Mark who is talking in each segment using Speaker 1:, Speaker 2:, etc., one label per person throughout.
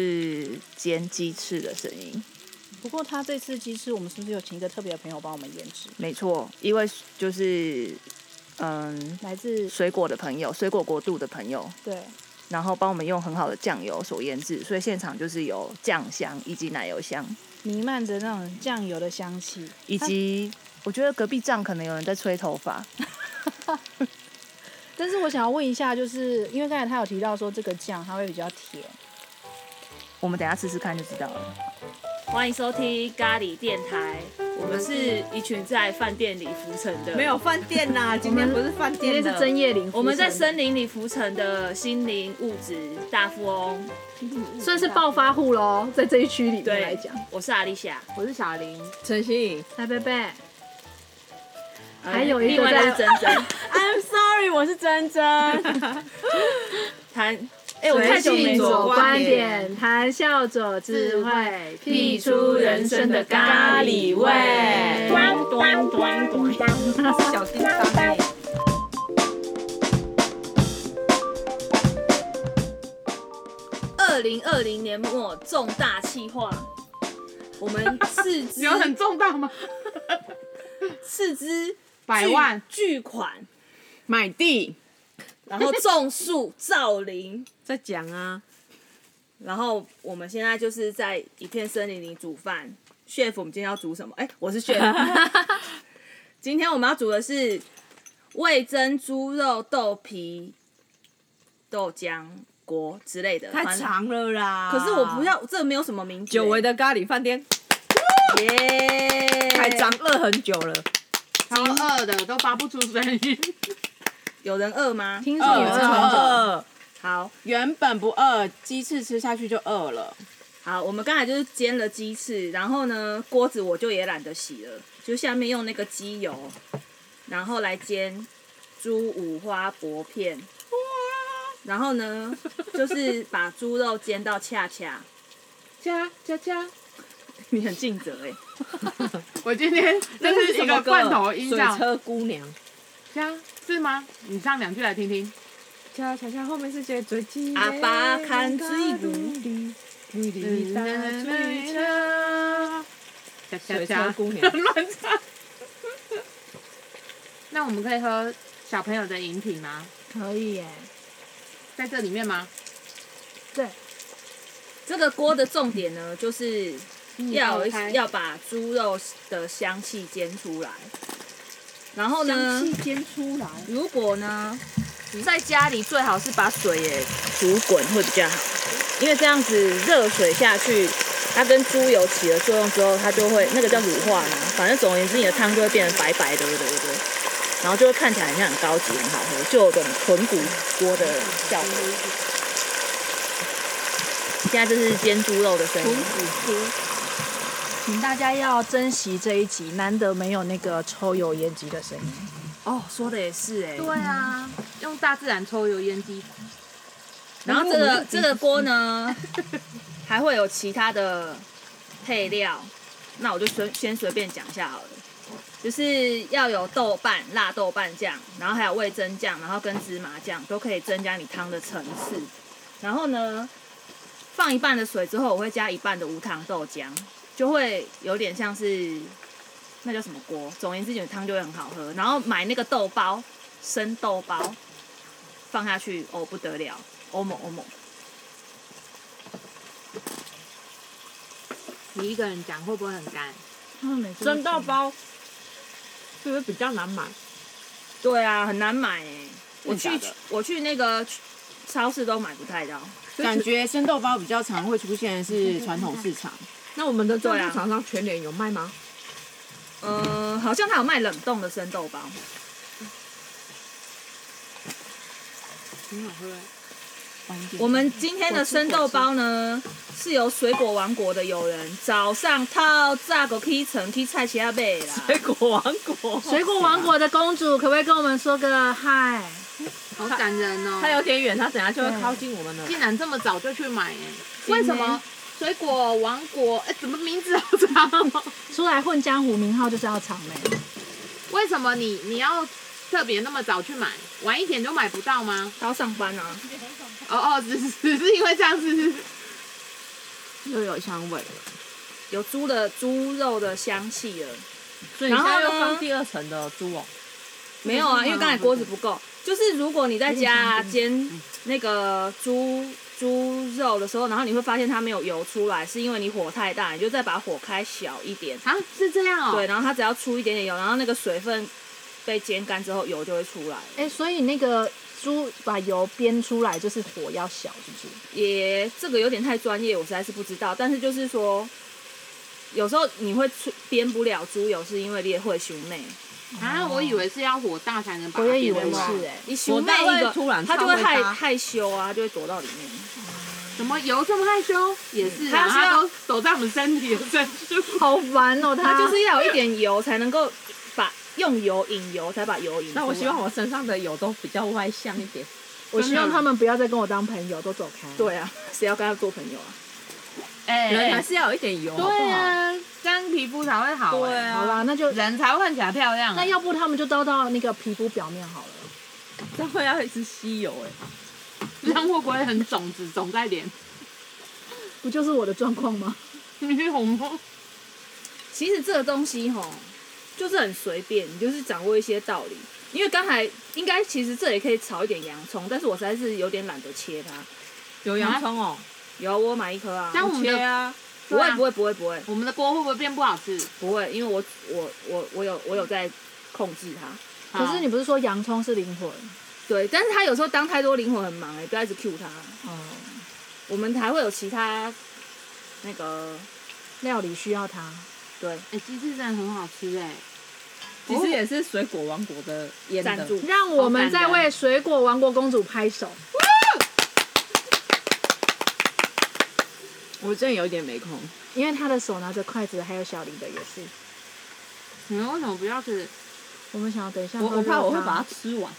Speaker 1: 是煎鸡翅的声音。
Speaker 2: 不过他这次鸡翅，我们是不是有请一个特别的朋友帮我们腌制？
Speaker 1: 没错，因为就是嗯，
Speaker 2: 来自
Speaker 1: 水果的朋友，水果国度的朋友，
Speaker 2: 对，
Speaker 1: 然后帮我们用很好的酱油所腌制，所以现场就是有酱香以及奶油香，
Speaker 2: 弥漫着那种酱油的香气，
Speaker 1: 以及我觉得隔壁站可能有人在吹头发，
Speaker 2: 但是我想要问一下，就是因为刚才他有提到说这个酱它会比较甜，
Speaker 1: 我们等一下试试看就知道了。
Speaker 3: 欢迎收听咖喱电台，我们是一群在饭店里浮沉的，
Speaker 4: 没有，饭店呐，今天不是饭
Speaker 2: 今
Speaker 4: 店
Speaker 2: 天
Speaker 4: 的，
Speaker 2: 是针叶林，
Speaker 3: 我们在森林里浮沉的心灵物质大富翁。
Speaker 2: 算是暴发户喽，在这一区里面来
Speaker 3: 对
Speaker 2: 讲，，
Speaker 3: 我是阿丽夏，
Speaker 4: 我是小林，陈曦。
Speaker 2: 来贝贝，
Speaker 3: 呃
Speaker 2: 还有一
Speaker 3: 另
Speaker 2: 个
Speaker 3: 外
Speaker 2: 在
Speaker 3: 是珍珍
Speaker 4: I'm sorry，我是珍珍。
Speaker 3: 谈，哎，我太久
Speaker 4: 随
Speaker 3: 没
Speaker 4: 性
Speaker 3: 做
Speaker 4: 走观点，
Speaker 2: 谈笑者智慧，
Speaker 3: 辟出人生的咖喱味
Speaker 2: 端端端端。
Speaker 4: 小叮当哎，
Speaker 3: 二零二零年末重大企划，我们斥资
Speaker 5: 有很重大吗？
Speaker 3: 斥资
Speaker 5: 百万
Speaker 3: 巨巨款，
Speaker 5: 买地，
Speaker 3: 然后种树造林。
Speaker 4: 在讲啊，
Speaker 3: 然后我们现在就是在一片森林里煮饭。chef，我们今天要煮什么？哎、我是 chef。今天我们要煮的是味增猪肉豆皮、豆浆锅之类的。
Speaker 4: 太
Speaker 3: 反正。
Speaker 4: 长了啦。
Speaker 3: 可是我不要，这没有什么名字、
Speaker 4: 久违
Speaker 3: 的
Speaker 4: 的咖喱饭店，
Speaker 3: 耶，哎
Speaker 4: 还长饿很久了。
Speaker 5: 超饿的都发不出声音。
Speaker 3: 有人饿吗？
Speaker 2: 听说有这种
Speaker 4: 饿，
Speaker 3: 好
Speaker 5: 原本不饿，鸡翅吃下去就饿了。
Speaker 3: 好，我们刚才就是煎了鸡翅，然后呢，锅子我就也懒得洗了，就下面用那个鸡油，然后来煎猪五花薄片。然后呢，就是把猪肉煎到恰恰，
Speaker 5: 加加加！
Speaker 3: 你很尽责哎、
Speaker 5: 我今天这
Speaker 4: 这
Speaker 5: 是一个罐头音
Speaker 4: 水
Speaker 5: 效，
Speaker 4: 车姑娘。
Speaker 5: 加是吗？你唱两句来听听。
Speaker 4: 瞧瞧瞧，后面是谁最近
Speaker 3: 阿爸看水路
Speaker 5: 加加
Speaker 4: 水车
Speaker 5: 加！，
Speaker 4: 姑娘
Speaker 5: 乱唱。那我们可以喝小朋友的饮品吗？
Speaker 2: 可以耶，
Speaker 5: 在这里面吗？
Speaker 2: 对，
Speaker 3: 这个锅的重点呢，就是要有一
Speaker 5: 爆嗯开
Speaker 3: 要把猪肉的香气煎出来。然后呢，
Speaker 2: 气煎出来，
Speaker 3: 如果呢，在家里最好是把水也煮滚会比较好，因为这样子热水下去，它跟猪油起了作用之后，它就会那个叫乳化嘛，反正总而言之，你的汤就会变成白白的，对不对？然后就会看起来很像很高级、很好喝，就有种豚骨锅的效果。现在这是煎猪肉的声音，
Speaker 2: 请大家要珍惜这一集，难得没有那个抽油烟机的声音。
Speaker 3: 哦，说的也是哎、
Speaker 5: 对啊，用大自然抽油烟机。
Speaker 3: 然后这个这个锅呢，还会有其他的配料，那我就随先随便讲一下好了，就是要有豆瓣、辣豆瓣酱，然后还有味增酱，然后跟芝麻酱都可以增加你汤的层次。然后呢，放一半的水之后，我会加一半的无糖豆浆，就会有点像是那叫什么锅，总而言之，你的汤就会很好喝。然后买那个豆包，生豆包放下去，哦不得了，欧盟欧盟。
Speaker 5: 你一个人讲会不会很干？
Speaker 4: 真到包，是不是比较难买？
Speaker 3: 对啊，很难买诶。我
Speaker 5: 真
Speaker 3: 去
Speaker 5: 的假的
Speaker 3: 我去那个超市都买不太到。
Speaker 5: 感觉生豆包比较常会出现的是传统市场，
Speaker 4: 那我们的赞
Speaker 3: 对啊
Speaker 4: 助厂商全脸有卖吗？
Speaker 3: 嗯，好像他有卖冷冻的生豆包，
Speaker 5: 挺好喝的。欸
Speaker 3: 我们今天的生豆包呢，是由水果王国的友人早上套炸狗劈成劈菜奇亚贝啦。
Speaker 4: 果王国，
Speaker 2: 水果王国的公主，可不可以跟我们说个嗨？
Speaker 5: 好感人哦！
Speaker 4: 它有点远，它等下就
Speaker 2: 对
Speaker 4: 会靠近我们了。
Speaker 5: 竟然这么早就去买耶？为什么？水果王国，哎、怎么名字好长、哦？
Speaker 2: 出来混江湖，名号就是要长美。
Speaker 5: 为什么你你要特别那么早去买？晚一点 就买不到吗？
Speaker 3: 他要上班啊，
Speaker 5: 哦哦，只是只是因为这样子，又有香味了，
Speaker 3: 有猪的猪肉的香气了。
Speaker 4: 所以你
Speaker 3: 然
Speaker 4: 现
Speaker 3: 后
Speaker 4: 在又
Speaker 3: 呢
Speaker 4: 放第二层的猪网，
Speaker 3: 没有啊，因为刚才锅子不够。就是如果你在家煎
Speaker 4: 嗯
Speaker 3: 那个猪猪肉的时候，然后你会发现它没有油出来，是因为你火太大，你就再把火开小一点。
Speaker 5: 啊，是这样哦。
Speaker 3: 对，，然后它只要出一点点油，然后那个水分被煎干之后，油就会出来了。
Speaker 2: 哎、所以那个猪把油煸出来，就是火要小，是不是？
Speaker 3: 也这个有点太专业，我实在是不知道。但是就是说，有时候你会出编不了猪油，是因为你也会熊内，
Speaker 5: 啊，我以为是要火大才能把它
Speaker 2: 我也以为
Speaker 5: 变成
Speaker 2: 是哎、
Speaker 3: 你
Speaker 4: 我
Speaker 3: 熊内
Speaker 4: 大
Speaker 3: 一
Speaker 4: 会
Speaker 3: 个，
Speaker 4: 突然
Speaker 3: 它就
Speaker 4: 超
Speaker 3: 会
Speaker 4: 搭
Speaker 3: 害害羞啊，它就会躲到里面。
Speaker 5: 什么油这么害羞，也是
Speaker 3: 它
Speaker 5: 啊，
Speaker 3: 需要
Speaker 5: 它都走在我们身体的深处。
Speaker 2: 好烦哦、
Speaker 3: 它
Speaker 2: 它
Speaker 3: 就是要有一点油才能够把用油引油，才把油引出来。
Speaker 4: 那我希望我身上的油都比较外向一点。
Speaker 2: 我希望他们不要再跟我当朋友，都走开。，
Speaker 3: 对啊，谁要跟他做朋友啊？
Speaker 5: 哎
Speaker 4: 人还是要有一点油，好不好
Speaker 5: 对，啊，这样皮肤才会好、
Speaker 4: 对
Speaker 5: 哎
Speaker 4: 啊
Speaker 2: 好啦，那就
Speaker 5: 人才会看起来漂亮、啊
Speaker 2: 那要不他们就倒到那个皮肤表面好了。
Speaker 4: 这样会要一直吸油哎。
Speaker 5: 这样会不会很肿子肿在脸？
Speaker 2: 不就是我的状况吗？
Speaker 5: 你红吗？
Speaker 3: 其实这个东西吼，就是很随便，你就是掌握一些道理。因为刚才应该其实这也可以炒一点洋葱，但是我实在是有点懒得切它。
Speaker 4: 有洋葱哦，
Speaker 3: 有，我买一颗啊。
Speaker 5: 这样我们
Speaker 4: 切
Speaker 5: 的
Speaker 4: 啊，
Speaker 3: 不会
Speaker 5: 对啊
Speaker 3: 不会不会不会
Speaker 5: 我们的锅会不会变不好吃？
Speaker 3: 不会，因为我我我我有我有在控制它。
Speaker 2: 可
Speaker 4: 啊
Speaker 2: 是你不是说洋葱是灵魂？
Speaker 3: 对，但是它有时候当太多灵魂很忙哎、不要一直 Q 它。
Speaker 4: 嗯
Speaker 2: 哦，
Speaker 3: 我们还会有其他那个
Speaker 2: 料理需要它。
Speaker 3: 对
Speaker 5: 哎，鸡翅真的很好吃哦哎、
Speaker 4: 其实也是水果王国的腌的
Speaker 3: 赞。助，
Speaker 2: 让我们再为水果王国公主拍手。
Speaker 4: 我真的有点没空，
Speaker 2: 因为他的手拿着筷子，还有小林的也是。
Speaker 5: 你们为什么不要吃？
Speaker 2: 我们想要等一下，
Speaker 4: 我我怕我会把它。吃 完。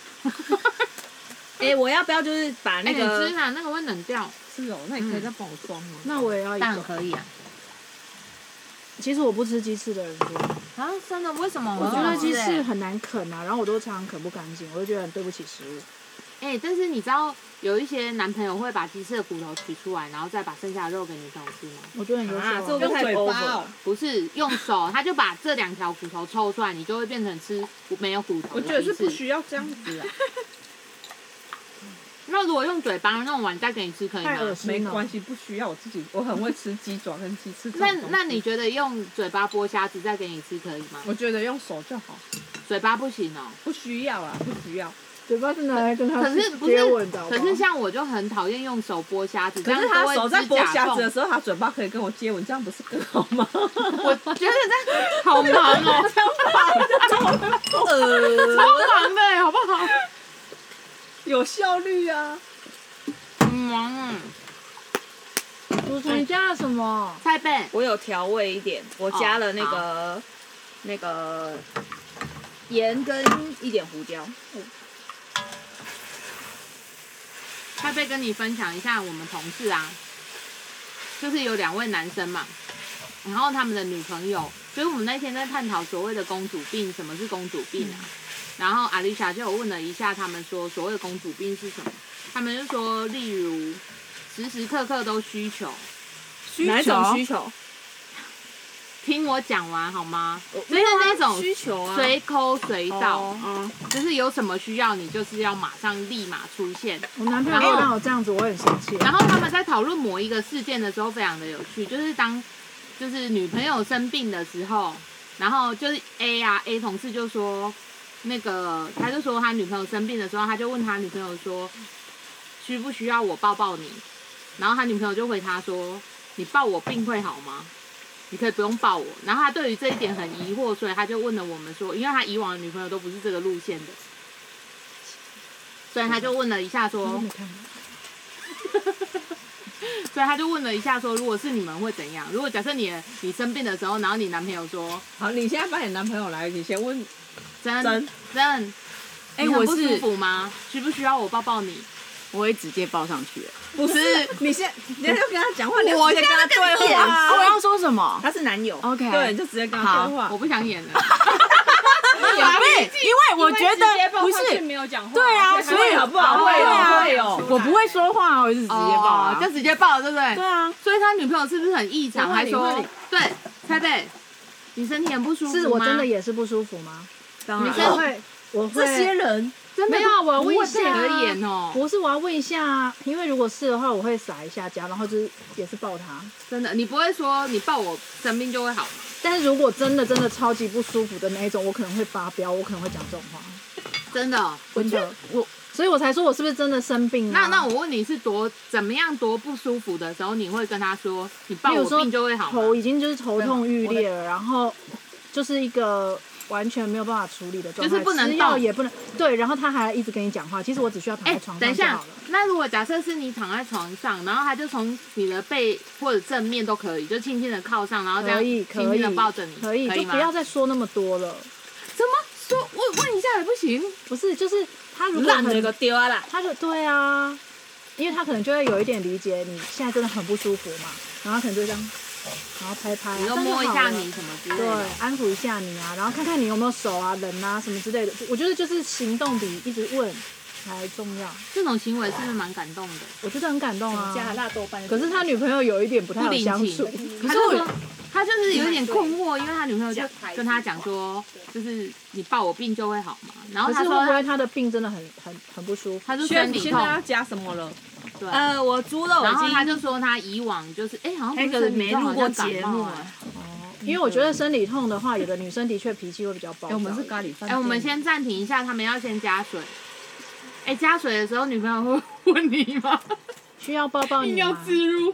Speaker 3: 哎、我要不要就是把
Speaker 5: 哎、
Speaker 3: 那个、
Speaker 5: 你吃啊，那个会冷掉。
Speaker 4: 是哦，那你
Speaker 3: 嗯
Speaker 4: 可以再帮我装吗？
Speaker 2: 那我也要一
Speaker 5: 蛋
Speaker 2: 个。
Speaker 5: 可以啊。
Speaker 2: 其实我不吃鸡翅的人多，
Speaker 4: 哦
Speaker 5: 啊，真的？为什么？
Speaker 2: 我觉
Speaker 5: 很
Speaker 2: 得
Speaker 5: 好吃
Speaker 2: 鸡翅
Speaker 5: 哎
Speaker 2: 很难啃啊，然后我都常常啃不干净，我就觉得很对不起食物。
Speaker 5: 哎、但是你知道有一些男朋友会把鸡翅的骨头取出来，然后再把剩下的肉给女朋友吃吗？
Speaker 2: 我觉得很优秀、
Speaker 3: 啊，这会不
Speaker 2: 啊。
Speaker 3: 会太
Speaker 4: 用嘴巴
Speaker 3: over
Speaker 4: 哦
Speaker 3: 了
Speaker 5: 不是，用手，他就把这两条骨头抽出来，你就会变成吃没有骨头
Speaker 4: 我
Speaker 5: 的鸡
Speaker 4: 觉
Speaker 5: 翅。
Speaker 4: 得是不需要这样子啊，
Speaker 5: 那如果用嘴巴弄完再给你吃可以
Speaker 2: 太恶
Speaker 5: 吗？
Speaker 2: 心
Speaker 4: 没
Speaker 2: 了
Speaker 4: 关。系，不需要，我自己我很会吃鸡爪跟鸡翅这
Speaker 5: 那
Speaker 4: 种东西。
Speaker 5: 那你觉得用嘴巴剥虾子再给你吃可以吗？
Speaker 4: 我觉得用手就好，
Speaker 5: 嘴巴不行哦。
Speaker 4: 不需要啊，不需要。
Speaker 2: 嘴巴是拿来跟他
Speaker 5: 可是不是
Speaker 2: 接吻的好？不
Speaker 5: 可
Speaker 2: 好
Speaker 5: 是像我就很讨厌用手剥虾子，
Speaker 4: 可是
Speaker 5: 这样
Speaker 4: 他
Speaker 5: 都会
Speaker 4: 手在剥虾子的
Speaker 5: 指
Speaker 4: 时候，他嘴巴可以跟我接吻，这样不是更好吗？
Speaker 5: 甲痛， 我觉得这样好忙哦，
Speaker 3: 呃，
Speaker 5: 超忙的，好不好？
Speaker 4: 有效率啊！
Speaker 5: 很忙啊，
Speaker 2: 主持人你加了什么？
Speaker 5: 蔡贝
Speaker 3: 我有调味一点，我加了那个、那个盐跟一点胡椒。
Speaker 5: 蔡贝跟你分享一下我们同事啊，就是有两位男生嘛，然后他们的女朋友，所以我们那天在探讨所谓的公主病，什么是公主病啊？然后阿丽莎就有问了一下他们说，所谓的公主病是什么？他们就说，例如时时刻刻都需求。
Speaker 3: 哪一种需求？
Speaker 5: 听我讲完好吗？
Speaker 3: 我
Speaker 5: 就是那种
Speaker 3: 需求啊，
Speaker 5: 随抠随到，
Speaker 3: 哦
Speaker 5: 嗯，就是有什么需要你就是要马上立马出现。
Speaker 2: 我男朋友
Speaker 5: 然后
Speaker 2: 让我这样子，我很生气。
Speaker 5: 然后他们在讨论某一个事件的时候非常的有趣，就是当就是女朋友生病的时候，然后就是 A 啊 A 同事就说那个他就说他女朋友生病的时候，他就问他女朋友说需不需要我抱抱你，然后他女朋友就回他说你抱我病会好吗？你可以不用抱我。然后他对于这一点很疑惑，所以他就问了我们说，因为他以往的女朋友都不是这个路线的，所以他就问了一下说，
Speaker 2: 我没看到。
Speaker 5: 所以他就问了一下说，如果是你们会怎样？如果假设你你生病的时候，然后你男朋友说
Speaker 4: 好，你现在扮演男朋友来，你先问
Speaker 5: 真
Speaker 4: 真，
Speaker 5: 真，
Speaker 4: 哎
Speaker 5: 你很
Speaker 4: 我
Speaker 5: 不舒
Speaker 4: 是
Speaker 5: 服吗？需不需要我抱抱你？
Speaker 4: 我会直接报上去。不是，你先，你要跟他讲话，你
Speaker 1: 我
Speaker 4: 直接跟他对话
Speaker 1: 啊我
Speaker 4: 啊。
Speaker 1: 要说什么
Speaker 3: 他是男友。
Speaker 1: ？OK，
Speaker 4: 对，你就直接跟他对话
Speaker 5: 我。不想演了，
Speaker 4: 有被，因为我觉得不
Speaker 6: 因为直接报上去
Speaker 4: 是。
Speaker 6: 没有讲话，
Speaker 4: 对啊，
Speaker 6: 所
Speaker 4: 所
Speaker 6: 以
Speaker 4: 以
Speaker 6: 还会好不好？
Speaker 4: 对啊，
Speaker 6: 会有，会有
Speaker 4: 我不会说话，我就直接报啊
Speaker 5: 哦，就直接报了，对不对？
Speaker 4: 对啊，
Speaker 5: 所以他女朋友是不是很异常？
Speaker 4: 问
Speaker 5: 还
Speaker 4: 你
Speaker 5: 说
Speaker 4: 问你
Speaker 5: 对，蔡贝，你身体很不舒服吗？
Speaker 2: 是我真的也是不舒服吗？
Speaker 4: 当
Speaker 5: 你
Speaker 4: 然
Speaker 5: 这
Speaker 2: 我会，我会。
Speaker 4: 人
Speaker 5: 真的
Speaker 2: 没有啊我要
Speaker 5: 不
Speaker 2: 问一
Speaker 5: 会
Speaker 2: 下
Speaker 5: 配
Speaker 2: 啊
Speaker 5: 合演哦，
Speaker 2: 不是，我要问一下啊，因为如果是的话，我会撒一下娇，然后就是也是抱他。
Speaker 5: 真的，你不会说你抱我生病就会好吗？
Speaker 2: 但是如果真的真的超级不舒服的那一种，我可能会发飙，我可能会讲这种话，
Speaker 5: 真的哦。
Speaker 2: 真的，我，所以我才说我是不是真的生病啊？
Speaker 5: 那那我问你是多怎么样多不舒服的时候，你会跟他说你抱
Speaker 2: 比如
Speaker 5: 我
Speaker 2: 说
Speaker 5: 病就会好吗？
Speaker 2: 头已经就是头痛欲裂了，然后就是一个完全没有办法处理的状态，
Speaker 5: 就是不能
Speaker 2: 吃药
Speaker 5: 动
Speaker 2: 也不能对，然后他还一直跟你讲话，其实我只需要躺在
Speaker 5: 哎
Speaker 2: 床，
Speaker 5: 等一
Speaker 2: 上就
Speaker 5: 下
Speaker 2: 好了。，
Speaker 5: 那如果假设是你躺在床上，然后他就从你的背或者正面都可以，就轻轻的靠上，然后这样
Speaker 2: 可以
Speaker 5: 轻
Speaker 2: 可
Speaker 5: 轻
Speaker 2: 以
Speaker 5: 的抱着你，
Speaker 2: 可以就
Speaker 5: 吗
Speaker 2: 不要再说那么多了。
Speaker 5: 怎么说？我问一下也不行，
Speaker 2: 不是，就是他如果
Speaker 3: 烂
Speaker 2: 很
Speaker 3: 了个丢啊啦！
Speaker 2: 他就对啊，因为他可能就会有一点理解你现在真的很不舒服嘛，然后他可能就这样，然后拍拍、啊，
Speaker 5: 你
Speaker 2: 这
Speaker 5: 就
Speaker 2: 样
Speaker 5: 摸一
Speaker 2: 好
Speaker 5: 下
Speaker 2: 了
Speaker 5: 你什么之类
Speaker 2: 对
Speaker 5: 的。，
Speaker 2: 安抚一下你啊，然后看看你有没有手啊、人啊什么之类的。我觉得就是行动比一直问还重要，
Speaker 5: 这种行为是不是蛮感动的？
Speaker 2: 我觉得很感动
Speaker 6: 加拿
Speaker 2: 啊。
Speaker 6: 大豆瓣，
Speaker 2: 可是他女朋友有一点不太好相处
Speaker 5: 不，可是我他就是有点困惑，因为他女朋友讲跟他讲说，就是你抱我病就会好嘛，然后
Speaker 2: 可
Speaker 5: 他
Speaker 2: 是
Speaker 5: 说
Speaker 2: 会不
Speaker 5: 他
Speaker 2: 会他的病真的很很很不舒服？
Speaker 5: 他就
Speaker 6: 轩
Speaker 5: 生
Speaker 6: 你
Speaker 5: 理
Speaker 6: 现在要
Speaker 5: 痛，
Speaker 6: 加什么了？
Speaker 5: 对，
Speaker 3: 呃，我猪肉
Speaker 5: 然后
Speaker 3: 已
Speaker 5: 他
Speaker 3: 经
Speaker 5: 就说他以往就是哎好像不
Speaker 3: 那
Speaker 5: 是
Speaker 3: 个
Speaker 5: 生理
Speaker 3: 没
Speaker 5: 痛
Speaker 3: 录
Speaker 5: 好
Speaker 3: 过
Speaker 5: 像感
Speaker 3: 节目
Speaker 5: 冒
Speaker 3: 啊
Speaker 5: 啊。。
Speaker 2: 因为我觉得生理痛的话，有的女生的确脾气会比较暴
Speaker 6: 哎，
Speaker 2: 躁。
Speaker 6: 我们是咖喱饭店。
Speaker 5: 哎，我们先暂停一下，他们要先加水。哎，加水的时候女朋友会 问你吗？
Speaker 2: 需要抱抱
Speaker 5: 硬
Speaker 2: 你
Speaker 5: 要
Speaker 2: 吗？
Speaker 5: 自入，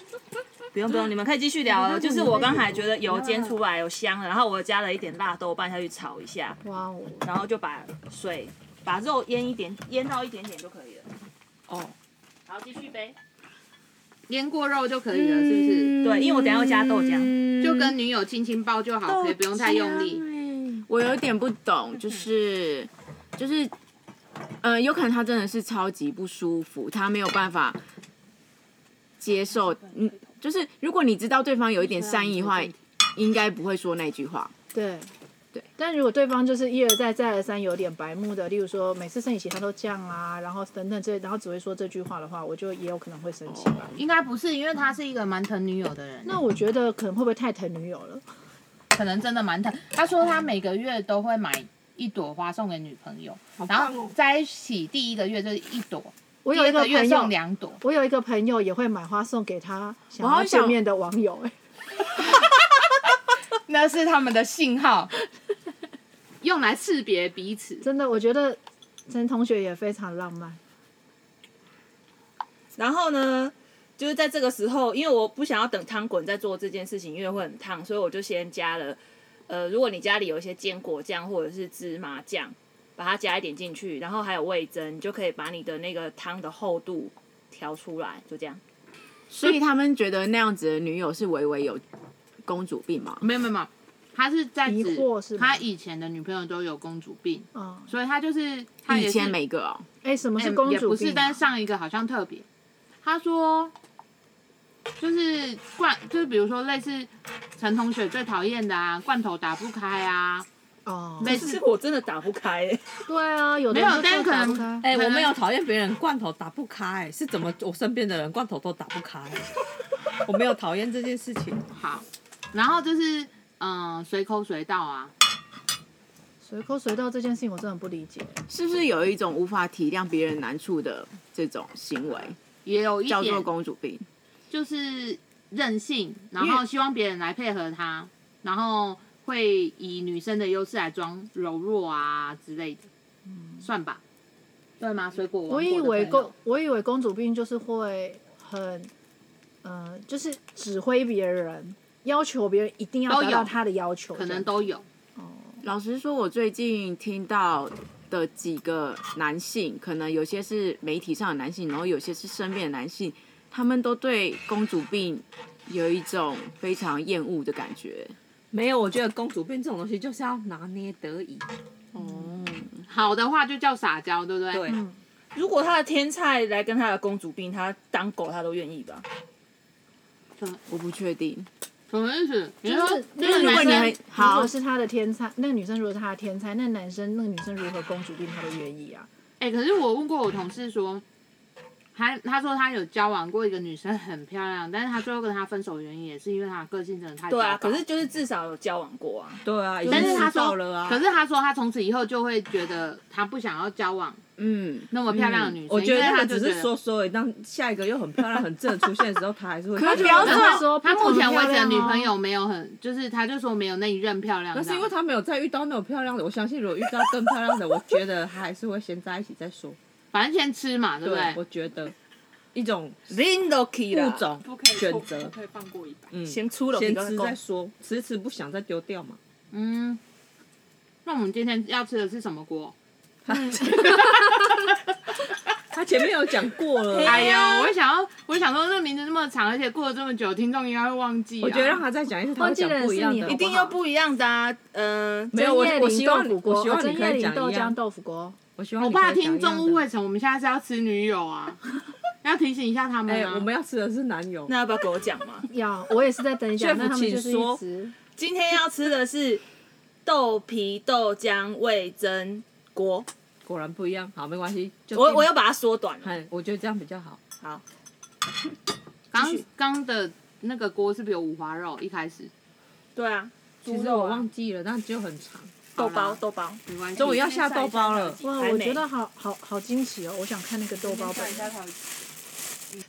Speaker 3: 不用不用，你们可以继续聊了。就是我刚才觉得油煎出来有香了，然后我加了一点辣豆瓣下去炒一下，
Speaker 2: 哇哦，
Speaker 3: 然后就把水把肉腌一点，腌到一点点就可以了。
Speaker 6: 哦，
Speaker 3: 好，继续呗。
Speaker 5: 腌过肉就可以了，是不是？
Speaker 3: 对，因为我等一下要加豆浆，
Speaker 5: 就跟女友亲亲抱就好，可以不用太用力。
Speaker 4: 力。我有点不懂，就是就是，呃，有可能他真的是超级不舒服，他没有办法接受。嗯，就是如果你知道对方有一点善意的话，应该不会说那句话。
Speaker 2: 对。
Speaker 4: 对，
Speaker 2: 但如果对方就是一而再再而三有点白目的，例如说每次生理期他都这样啊，然后等等这，然后只会说这句话的话，我就也有可能会生气吧。
Speaker 5: 应该不是，因为他是一个蛮疼女友的人，
Speaker 2: 那我觉得可能会不会太疼女友了？
Speaker 5: 可能真的蛮疼。他说他每个月都会买一朵花送给女朋友，然后在一起第一个月就是一朵，
Speaker 2: 我
Speaker 5: 第
Speaker 2: 有一
Speaker 5: 二
Speaker 2: 个
Speaker 5: 个月
Speaker 2: 朋
Speaker 5: 送
Speaker 2: 友，
Speaker 5: 两朵。
Speaker 2: 我有一个朋友也会买花送给他想
Speaker 4: 我
Speaker 2: 要
Speaker 4: 好想
Speaker 2: 见面的网友、哎，
Speaker 5: 那是他们的信号，用来识别彼此。
Speaker 2: 真的，我觉得陈同学也非常浪漫。
Speaker 3: 然后呢，就是在这个时候，因为我不想要等汤滚再做这件事情，因为会很烫，所以我就先加了。呃，如果你家里有一些坚果酱或者是芝麻酱，把它加一点进去，然后还有味增，你就可以把你的那个汤的厚度调出来，就这样。
Speaker 4: 所以他们觉得那样子的女友是微微有公主病嘛？
Speaker 5: 没有没有没有，他是在
Speaker 2: 疑
Speaker 5: 指
Speaker 2: 惑是吗
Speaker 5: 他以前的女朋友都有公主病，
Speaker 2: 嗯，
Speaker 5: 所以他就是他也
Speaker 4: 以
Speaker 5: 是
Speaker 4: 前每个哦，
Speaker 2: 哎、什么
Speaker 5: 哎
Speaker 2: 是公
Speaker 5: 也
Speaker 2: 主病啊、
Speaker 5: 不是，但上一个好像特别。他说，就是罐，就是比如说类似陈同学最讨厌的啊，罐头打不开啊，
Speaker 2: 哦，
Speaker 5: 类
Speaker 3: 可
Speaker 5: 似
Speaker 3: 是我真的打不开、欸
Speaker 2: 对啊，有的
Speaker 5: 没有
Speaker 2: 人就
Speaker 5: 但是可
Speaker 2: 打不
Speaker 5: 能
Speaker 2: 开
Speaker 6: 哎，我
Speaker 4: 嗯
Speaker 6: 没有讨厌别人罐头打不开，是怎么我身边的人罐头都打不开？ 我没有讨厌这件事情。
Speaker 5: 好，然后就是嗯随口随到啊，
Speaker 2: 随口随到这件事情，我真的不理解。
Speaker 4: 是不是有一种无法体谅别人难处的这种行为，
Speaker 5: 也有一
Speaker 4: 叫做
Speaker 5: 点
Speaker 4: 公主病？
Speaker 5: 就是任性，然后希望别人来配合他，然后会以女生的优势来装柔弱啊之类的，算吧，嗯对吗？水果王
Speaker 2: 我
Speaker 5: 国的
Speaker 2: 以为
Speaker 5: 朋友
Speaker 2: 公，我以为公主病就是会很，呃，就是指挥别人，要求别人一定要
Speaker 5: 都
Speaker 2: 达
Speaker 5: 有
Speaker 2: 到他的要求，
Speaker 5: 可
Speaker 2: 这
Speaker 5: 能
Speaker 2: 样
Speaker 5: 都有。
Speaker 4: 老实说，我最近听到的几个男性，可能有些是媒体上的男性，然后有些是身边的男性，他们都对公主病有一种非常厌恶的感觉。
Speaker 6: 没有，我觉得公主病这种东西就是要拿捏得宜。
Speaker 4: 哦，
Speaker 5: 好的话就叫撒娇，对不对？
Speaker 3: 对，
Speaker 2: 嗯
Speaker 3: 如果他的天菜来跟他的公主病，他当狗他都愿意吧？
Speaker 4: 我不确定，
Speaker 5: 什么意思？你
Speaker 2: 就
Speaker 5: 说
Speaker 2: 是那个
Speaker 7: 如
Speaker 2: 男
Speaker 7: 果你
Speaker 2: 生
Speaker 7: 很
Speaker 2: 如
Speaker 7: 好
Speaker 2: 果是他的天才，那个女生如果是他的天才，那男生那个女生如何公主病他都愿意啊。
Speaker 5: 哎、可是我问过我同事说，他他说他有交往过一个女生很漂亮，但是他最后跟她分手的原因也是因为她的个性真的太
Speaker 8: 对啊，
Speaker 5: 糟糕
Speaker 8: 可是就是至少有交往过啊。
Speaker 6: 对啊，
Speaker 5: 但是他
Speaker 6: 到
Speaker 5: 说
Speaker 6: 了啊，
Speaker 5: 可是他说他从此以后就会觉得他不想要交往
Speaker 7: 嗯，
Speaker 5: 那么漂亮的女生，
Speaker 6: 我觉得
Speaker 5: 因为
Speaker 6: 那
Speaker 5: 他
Speaker 6: 个
Speaker 5: 就
Speaker 6: 只
Speaker 5: 觉
Speaker 6: 是
Speaker 5: 得
Speaker 6: 说说而已，当下一个又很漂亮、很正出现的时候，他还是会。
Speaker 7: 可是
Speaker 2: 然
Speaker 7: 标
Speaker 2: 后他
Speaker 7: 准
Speaker 2: 会说，
Speaker 5: 他目前为止的
Speaker 2: 的
Speaker 5: 女朋友没有很，就是他就说没有那一任漂亮。啊
Speaker 6: 那是因为他没有再遇到那种漂亮的，我相信如果遇到更漂亮的，我觉得他还是会先在一起再说。
Speaker 5: 反正先吃嘛，对不对？
Speaker 6: 我觉得一种
Speaker 3: Lindoki
Speaker 6: 物
Speaker 3: 啦，
Speaker 6: 种选择，
Speaker 9: 以放过一半。
Speaker 6: 嗯，
Speaker 3: 先出了
Speaker 6: 先
Speaker 3: 皮
Speaker 6: 吃
Speaker 3: 个够
Speaker 6: 再。说，迟迟不想再丢掉嘛。
Speaker 5: 嗯，那我们今天要吃的是什么锅？
Speaker 6: 他前面有讲过了，
Speaker 5: 哎呦，我想要，我想说这名字这么长，而且过了这么久，听众应该会忘记啊。
Speaker 6: 我觉得让他再讲一次，他会讲不一样的，
Speaker 5: 哦
Speaker 3: 一定要不一样的啊，嗯，
Speaker 6: 没有我
Speaker 2: 叶
Speaker 6: 我
Speaker 2: 林
Speaker 6: 希
Speaker 2: 豆
Speaker 6: 望
Speaker 2: 腐
Speaker 6: 你
Speaker 2: 锅，
Speaker 6: 我希望
Speaker 2: 哦
Speaker 6: 你
Speaker 2: 郑
Speaker 6: 可
Speaker 2: 叶
Speaker 6: 以
Speaker 2: 林
Speaker 6: 讲
Speaker 2: 豆
Speaker 6: 一
Speaker 2: 浆
Speaker 6: 样。
Speaker 2: 豆腐锅，
Speaker 6: 我希望
Speaker 5: 我
Speaker 6: 你可以
Speaker 5: 怕
Speaker 6: 讲一样
Speaker 5: 听
Speaker 6: 的
Speaker 5: 众误会成我们现在是要吃女友啊， 要提醒一下他们
Speaker 6: 哎，
Speaker 5: 啊。
Speaker 6: 我们要吃的是男友，
Speaker 3: 那要不要给我讲嘛？
Speaker 2: 要我也是在等你讲，
Speaker 6: Jeff，
Speaker 2: 那他们就是
Speaker 6: 请说
Speaker 2: 一直
Speaker 3: 今天要吃的是豆皮豆浆味增锅，
Speaker 6: 果然不一样。好，没关系，就
Speaker 3: 我
Speaker 6: 定
Speaker 3: 我要把它缩短了。
Speaker 6: 哎，我觉得这样比较好。
Speaker 3: 好，
Speaker 5: 刚
Speaker 3: 继续
Speaker 5: 刚的那个锅是不是有五花肉？一开始
Speaker 3: 对啊，
Speaker 6: 其实我忘记了，但就很长。
Speaker 3: 豆包
Speaker 5: 好啦
Speaker 3: 豆包，
Speaker 5: 没关系。
Speaker 6: 终于要下豆包了，
Speaker 2: 哇，
Speaker 3: 还
Speaker 2: 我
Speaker 3: 没
Speaker 2: 觉得好好好惊喜哦！我想看那个豆包 本人。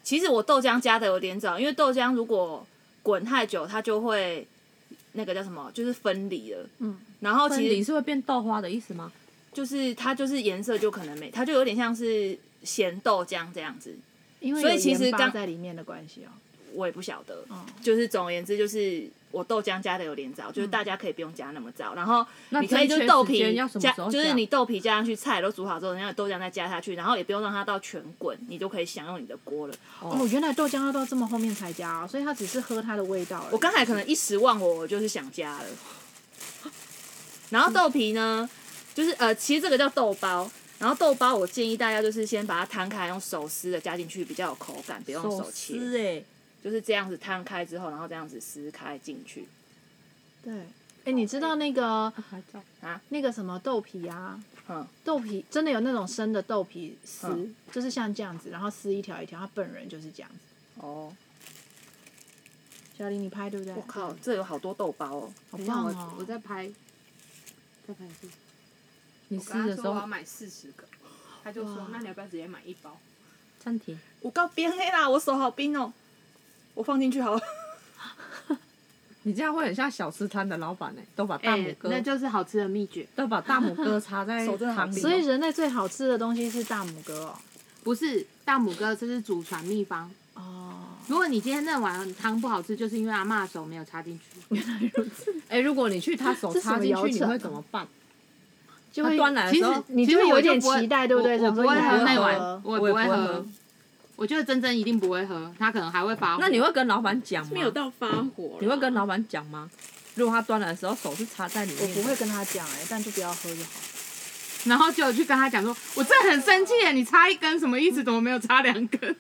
Speaker 3: 其实我豆浆加的有点早，因为豆浆如果滚太久，它就会那个叫什么，就是分离了。
Speaker 2: 嗯，
Speaker 3: 然后其
Speaker 6: 你
Speaker 3: 实
Speaker 6: 是会变豆花的意思吗？
Speaker 3: 就是它就是颜色就可能没，它就有点像是咸豆浆这样子，
Speaker 2: 因为
Speaker 3: 所以
Speaker 2: 有
Speaker 3: 其实
Speaker 2: 盐巴
Speaker 3: 刚
Speaker 2: 在里面的关系哦。
Speaker 3: 我也不晓得。
Speaker 2: 哦
Speaker 3: 就是总而言之，就是我豆浆加的有点早，就是大家可以不用加那么早。然后
Speaker 6: 那
Speaker 3: 你可以就
Speaker 6: 正确
Speaker 3: 是豆
Speaker 6: 时间
Speaker 3: 皮
Speaker 6: 要什么
Speaker 3: 加，
Speaker 6: 时候
Speaker 3: 就是
Speaker 6: 下
Speaker 3: 你豆皮加上去，菜都煮好之后，然后你豆浆再加下去，然后也不用让它到全滚，你就可以享用你的锅了。
Speaker 2: 哦，原来豆浆要到这么后面才加啊，所以他只是喝它的味道而已。
Speaker 3: 我刚才可能一时忘我，我就是想加 了。然后豆皮呢，就是呃，其实这个叫豆包。然后豆包，我建议大家就是先把它摊开，用手撕的加进去，比较有口感，不用手切，
Speaker 6: 哎，
Speaker 3: 就是这样子摊开之后，然后这样子撕开进去。
Speaker 2: 对，哎，你知道那个
Speaker 6: 拍照
Speaker 2: 那个什么豆皮啊，
Speaker 3: 嗯，
Speaker 2: 豆皮真的有那种生的豆皮丝，
Speaker 3: 嗯
Speaker 2: 就是像这样子，然后撕一条一条，他本人就是这样子。
Speaker 3: 哦，
Speaker 2: 小林，你拍对不对？
Speaker 3: 我靠，这有好多豆包哦。
Speaker 2: 好
Speaker 5: 等一下
Speaker 2: 棒
Speaker 5: 我
Speaker 2: 哦！
Speaker 5: 我再拍，再拍一次。
Speaker 6: 你
Speaker 9: 我
Speaker 6: 撕
Speaker 9: 跟他
Speaker 6: 的时
Speaker 9: 说我要
Speaker 6: 候
Speaker 9: 买四十个，他就说那你要不要直接买一包？
Speaker 6: 暂停。
Speaker 3: 我告冰黑啦，我手好冰哦，我放进去好了。
Speaker 6: 你这样会很像小吃摊的老板呢，欸都把大
Speaker 5: 哎、
Speaker 6: 拇哥
Speaker 5: 那就是好吃的秘诀，
Speaker 6: 都把大拇哥 插在
Speaker 3: 手真的好
Speaker 6: 汤里，
Speaker 2: 所以人类最好吃的东西是大拇哥哦。
Speaker 5: 不是大拇哥，这是祖传秘方。
Speaker 2: 哦，
Speaker 5: 如果你今天那碗汤不好吃，就是因为阿妈手没有插进去。
Speaker 6: 哎，如果你去他手
Speaker 2: 这是什
Speaker 6: 插
Speaker 2: 么
Speaker 6: 进
Speaker 2: 疗
Speaker 6: 去，你
Speaker 2: 程
Speaker 6: 会
Speaker 2: 啊
Speaker 6: 怎么办？
Speaker 2: 就
Speaker 6: 他
Speaker 2: 会
Speaker 6: 端来的
Speaker 5: 其
Speaker 6: 时
Speaker 5: 实
Speaker 6: 候，
Speaker 2: 你
Speaker 5: 其
Speaker 2: 就
Speaker 5: 实
Speaker 2: 会有
Speaker 5: 我就
Speaker 2: 点
Speaker 5: 不会
Speaker 2: 期待对不对
Speaker 5: 我我
Speaker 2: 想
Speaker 5: 不
Speaker 2: 说
Speaker 5: 会
Speaker 2: 你
Speaker 5: 喝
Speaker 2: 还
Speaker 5: 那
Speaker 2: 会
Speaker 5: 碗
Speaker 2: 喝，
Speaker 5: 我
Speaker 6: 我也
Speaker 5: 不会
Speaker 6: 不会
Speaker 5: 喝
Speaker 6: 喝。
Speaker 5: 我觉得珍珍一定不会喝，她可能还会发火。
Speaker 6: 那你会跟老板讲吗？
Speaker 9: 没有到发火，
Speaker 6: 你会跟老板讲吗？如果他端来的时候手是插在里
Speaker 2: 我
Speaker 6: 面，
Speaker 2: 不会。跟他讲哎、但就不要喝就好。
Speaker 5: 然后就去跟他讲说，我真的很生气耶，你插一根什么意思？怎么没有插两根？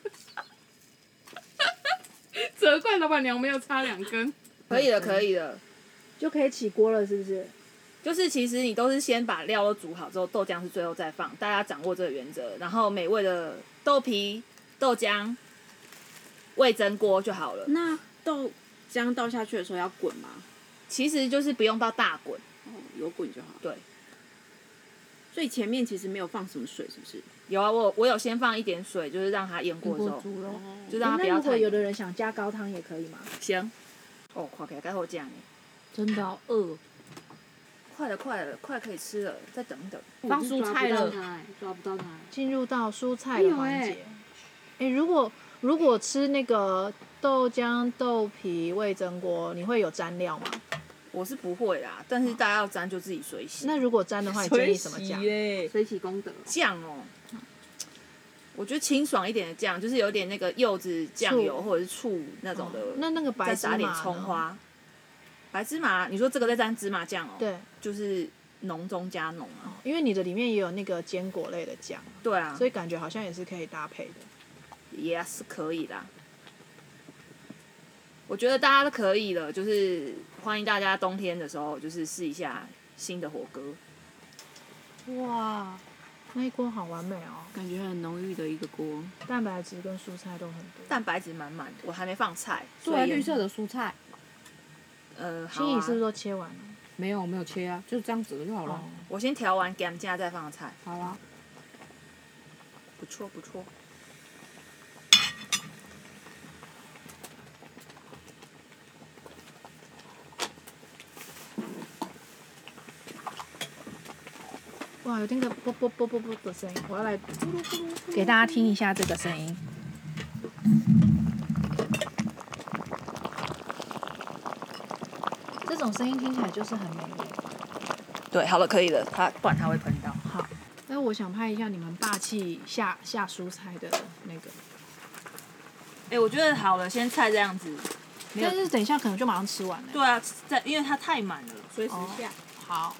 Speaker 5: 责怪老板娘没有插两根。
Speaker 3: 可以了，可以了。
Speaker 2: 就可以起锅了，是不是？
Speaker 3: 就是其实你都是先把料都煮好之后，豆浆是最后再放，大家掌握这个原则。然后美味的豆皮、豆浆、味增锅就好了。
Speaker 9: 那豆浆倒下去的时候要滚吗？
Speaker 3: 其实就是不用到大滚，
Speaker 9: 哦，有滚就好。
Speaker 3: 对。
Speaker 9: 所以前面其实没有放什么水，是不是？
Speaker 3: 有啊，我我有先放一点水，就是让它淹过之后，
Speaker 6: 猪肉，
Speaker 9: 哦
Speaker 3: 就让它不
Speaker 2: 那
Speaker 3: 要
Speaker 2: 如
Speaker 3: 太
Speaker 2: 果有的人想加高汤也可以吗？
Speaker 3: 行。哦，快给，该我讲了，
Speaker 6: 真的好饿。
Speaker 3: 快了，快了，快可以吃了，再等一等。
Speaker 6: 放蔬菜了，
Speaker 5: 抓不到它。
Speaker 2: 进入到蔬菜的环
Speaker 5: 哎呦
Speaker 2: 节
Speaker 5: 哎。
Speaker 2: 哎、如果如果吃那个豆浆、豆皮、味增锅，你会有蘸料吗？
Speaker 3: 我是不会啦，但
Speaker 2: 哦
Speaker 3: 是大家要沾就自己随喜。
Speaker 2: 那如果沾的话，你建议什么加？
Speaker 6: 耶？
Speaker 5: 水洗功德，
Speaker 3: 酱哦，我觉得清爽一点的酱，就是有点那个柚子酱油
Speaker 2: 醋哦
Speaker 3: 或者是醋那种的，
Speaker 2: 那那个
Speaker 3: 再
Speaker 2: 白芝
Speaker 3: 撒
Speaker 2: 麻
Speaker 3: 点
Speaker 2: 呢
Speaker 3: 葱，花。白芝麻，你说这个再沾芝麻酱哦，，
Speaker 2: 对，
Speaker 3: 就是浓中加浓
Speaker 2: 哦
Speaker 3: 啊，
Speaker 2: 因为你的里面也有那个坚果类的酱，
Speaker 3: 对啊，
Speaker 2: 所以感觉好像也是可以搭配的。
Speaker 3: 也是可以啦。
Speaker 6: 我觉得大家都可以了，就是欢迎大家冬天的时候就是试一下新的火锅。
Speaker 2: 哇，那一锅好完美哦，
Speaker 10: 感觉很浓郁的一个锅。
Speaker 2: 蛋白质跟蔬菜都很多。
Speaker 6: 蛋白质满满，我还没放菜。
Speaker 5: 对啊，
Speaker 6: 所以
Speaker 5: 绿色的蔬菜
Speaker 6: 呃，好
Speaker 2: 心怡
Speaker 6: 啊
Speaker 2: 是不是，都切完了？
Speaker 5: 没有没有切啊，就是这样子的就好了。
Speaker 2: 哦，
Speaker 6: 我先调完 gam 酱再放菜，
Speaker 5: 好啊啦，
Speaker 6: 不错不错。
Speaker 2: 哇，有那个啵啵啵啵啵的声音，我要来给大家听一下这个声音。这种声音听起来就是很美味。
Speaker 6: 对，好了，可以了，它不然它啊会喷到。
Speaker 2: 好，那我想拍一下你们霸气下下蔬菜的那个，
Speaker 6: 哎、我觉得好了，先菜这样子。有
Speaker 2: 但是等一下可能就马上吃完了。
Speaker 6: 对啊，在因为它太满了，
Speaker 11: 随时
Speaker 2: 哦
Speaker 11: 下。
Speaker 2: 好，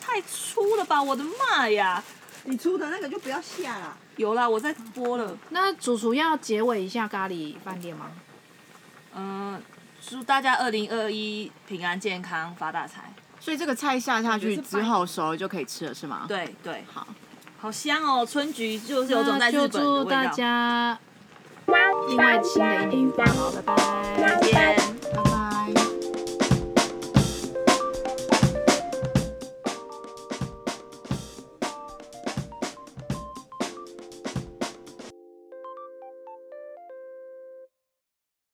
Speaker 6: 太粗了吧！我的妈呀！
Speaker 11: 你出的那个就不要下啦。
Speaker 6: 有啦，我在播了。
Speaker 2: 那主厨要结尾一下咖喱饭店吗？
Speaker 6: 嗯，祝大家二零二一平安健康，发大财。
Speaker 10: 所以这个菜下下去之后熟了就可以吃了，是
Speaker 11: 啊
Speaker 10: 吗？，
Speaker 6: 对对，
Speaker 10: 好，
Speaker 6: 好香哦！春菊就是有种
Speaker 2: 那
Speaker 6: 在日
Speaker 2: 就
Speaker 6: 本的
Speaker 2: 祝
Speaker 6: 味
Speaker 2: 大
Speaker 6: 道。
Speaker 2: 家另外新的一年愉快，好，拜拜。
Speaker 6: 耶